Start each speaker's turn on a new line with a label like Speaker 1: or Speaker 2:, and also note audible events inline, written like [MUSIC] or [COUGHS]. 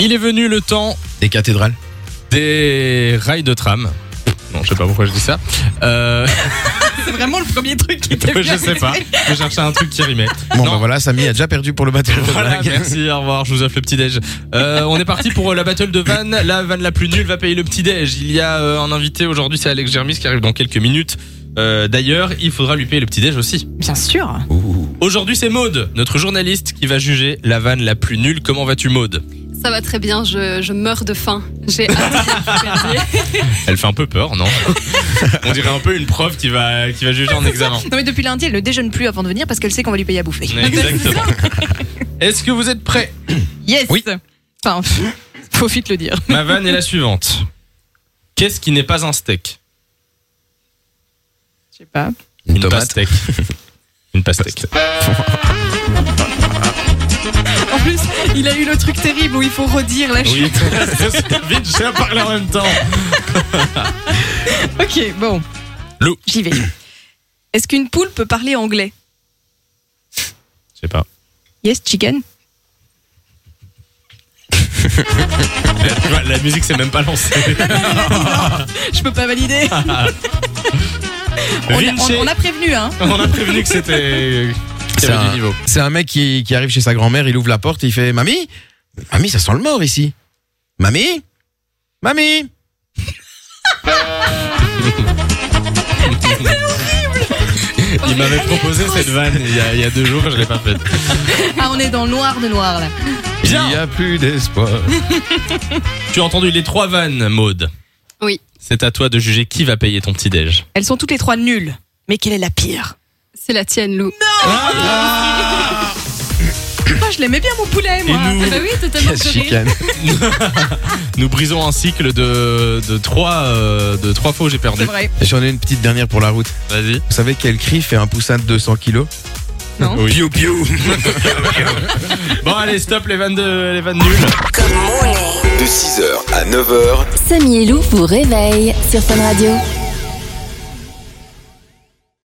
Speaker 1: Il est venu le temps
Speaker 2: Des cathédrales.
Speaker 1: des rails de tram. Non, je sais pas pourquoi je dis ça.
Speaker 2: [LAUGHS]
Speaker 1: Euh,
Speaker 3: C'est vraiment le premier truc qui
Speaker 1: [LAUGHS]
Speaker 3: t'est
Speaker 1: je sais pas. Je cherchais un truc qui rimait.
Speaker 2: Bon,
Speaker 1: Non.
Speaker 2: bah voilà, Samy a déjà perdu pour le matériel.
Speaker 1: Voilà, merci, au revoir, je vous offre le petit déj. Euh, on est parti pour euh, la battle de Van. La Van la plus nulle va payer le petit déj. Il y a euh, un invité aujourd'hui, c'est Alex Germis qui arrive dans quelques minutes. Euh, D'ailleurs, il faudra lui payer le petit déj aussi.
Speaker 3: Bien sûr.
Speaker 1: Aujourd'hui, c'est Maude, notre journaliste, qui va juger la vanne la plus nulle. Comment vas-tu, Maude
Speaker 4: Ça va très bien, je, je meurs de faim. J'ai hâte.
Speaker 1: Elle fait un peu peur,
Speaker 3: [LAUGHS]
Speaker 1: non On dirait un peu une prof qui va, qui va juger en
Speaker 3: [LAUGHS]
Speaker 1: examen.
Speaker 3: Non mais depuis lundi, elle ne déjeune plus avant de venir parce qu'elle sait qu'on va lui payer à bouffer. [LAUGHS]
Speaker 1: Exactement. Est-ce que vous êtes prêts
Speaker 3: Yes.
Speaker 1: Oui.
Speaker 3: Enfin, faut vite le dire.
Speaker 1: Ma vanne est la suivante. Qu'est-ce qui n'est pas un steak
Speaker 3: Je sais pas.
Speaker 2: Une tomate.
Speaker 1: pastèque. Une pastèque.
Speaker 2: [LAUGHS]
Speaker 3: En plus, il a eu le truc terrible où il faut redire la chute.
Speaker 1: Oui, [LAUGHS] vite, je sais parler en même temps.
Speaker 3: Ok, bon.
Speaker 1: Lou. [COUGHS]
Speaker 3: J'y vais. Est-ce qu'une poule peut parler anglais
Speaker 1: Je
Speaker 3: [LAUGHS]
Speaker 1: sais pas.
Speaker 3: Yes, chicken.
Speaker 1: La, la musique s'est même pas lancée.
Speaker 3: Je peux pas valider. On, a-
Speaker 1: Ah, [LAUGHS] Vinci,
Speaker 3: on- on a prévenu, hein.
Speaker 1: on, a prévenu que c'était. qu'il y
Speaker 2: C'est
Speaker 1: avait
Speaker 2: un,
Speaker 1: du niveau.
Speaker 2: c'est un mec qui, qui arrive chez sa grand-mère, il ouvre la porte et il fait Mamie Mamie, ça sent le mort ici. Mamie Mamie
Speaker 1: Il m'avait proposé cette vanne il y, a, il y a deux jours, je l'ai pas faite.
Speaker 3: Ah, on est dans le noir de noir là.
Speaker 1: Bien.
Speaker 2: Il n'y a plus d'espoir.
Speaker 1: [LAUGHS] Tu as entendu les trois vannes, Maude.
Speaker 4: Oui.
Speaker 1: C'est à toi de juger qui va payer ton petit déj.
Speaker 3: Elles sont toutes les trois nulles. Mais quelle est la pire
Speaker 4: C'est la tienne, Lou.
Speaker 2: Ah.
Speaker 3: Moi, je l'aimais bien mon poulet, moi.
Speaker 1: Et nous
Speaker 4: Ah bah oui,
Speaker 2: [LAUGHS]
Speaker 4: totalement
Speaker 2: Quelle
Speaker 4: correct.
Speaker 2: chicane.
Speaker 1: Nous brisons un cycle de, de trois euh, de trois faux j'ai
Speaker 3: C'est
Speaker 1: perdu.
Speaker 3: vrai.
Speaker 2: J'en ai une petite dernière pour la route.
Speaker 1: Vas-y.
Speaker 2: Vous savez quel cri fait un poussin de 200 kilos
Speaker 3: Non.
Speaker 1: Oui.
Speaker 2: Piou piou
Speaker 1: Bon allez stop les vannes de, les vannes nulles.
Speaker 5: De 6h à 9h,
Speaker 6: Samy et Lou vous réveille sur Fun Radio.